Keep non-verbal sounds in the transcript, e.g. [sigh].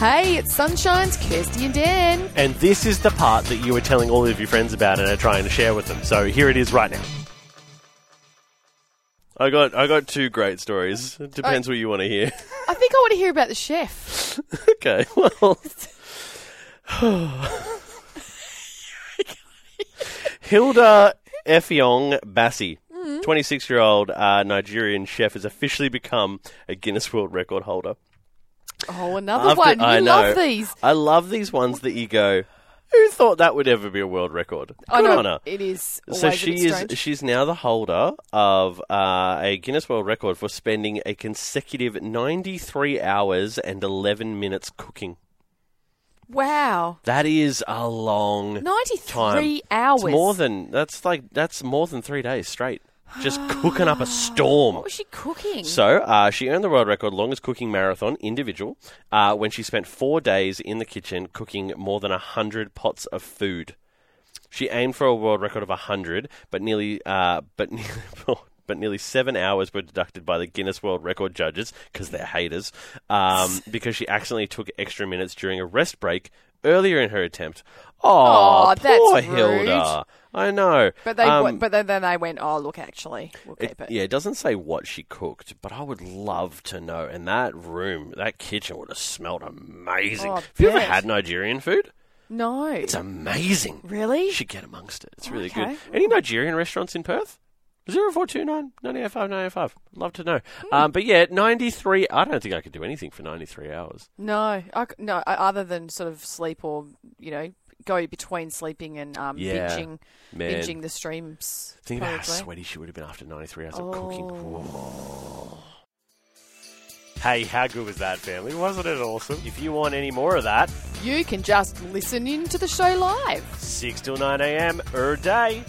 Hey, it's Sunshine's Kirsty and Dan. And this is the part that you were telling all of your friends about and are trying to share with them. So here it is right now. I got I got two great stories. It depends Oh. what you want to hear. [laughs] I think I want to hear about the chef. okay, [laughs] well. Hilda Effiong Bassi, 26 year old uh, Nigerian chef, has officially become a Guinness World Record holder. Oh, another After- one. You I know. love these. I love these ones that you go, who thought that would ever be a world record? Good I know on her. it is. Always So she is. strange. She's now the holder of uh, a Guinness World Record for spending a consecutive 93 hours and 11 minutes cooking. Wow, That is a long ninety-three time. hours. It's more than that's like that's more than three days straight. Just cooking up a storm. What was she cooking? So uh, she earned the world record longest cooking marathon individual uh, when she spent four days in the kitchen cooking more than hundred pots of food. She aimed for a world record of hundred, but nearly uh, but [laughs] nearly. But nearly seven hours were deducted by the Guinness World Record judges because they're haters, [laughs] um, because she accidentally took extra minutes during a rest break earlier in her attempt. Oh, Aw, that's poor rude. Hilda! I know, but they, Um, wa- but then, then they went. Oh, look, actually, we'll it- keep it. Yeah, it doesn't say what she cooked, but I would love to know. And that room, that kitchen would have smelled amazing. Oh, I have you ever bet. had Nigerian food? No, It's amazing. really. You should get amongst it. It's really Okay. good. Any Nigerian restaurants in Perth? 0429 985 985. Love to know. Hmm. Um, but yeah, 93. I don't think I could do anything for 93 hours. No, I c no. I- Other than sort of sleep or you know go between sleeping and um, Yeah, binging, man. binging the streams. Think about how probably. sweaty she would have been after 93 hours Oh. of cooking. Hey, how good was that, family? Wasn't it awesome? If you want any more of that, You can just listen in to the show live. 6 till 9 a.m. er day.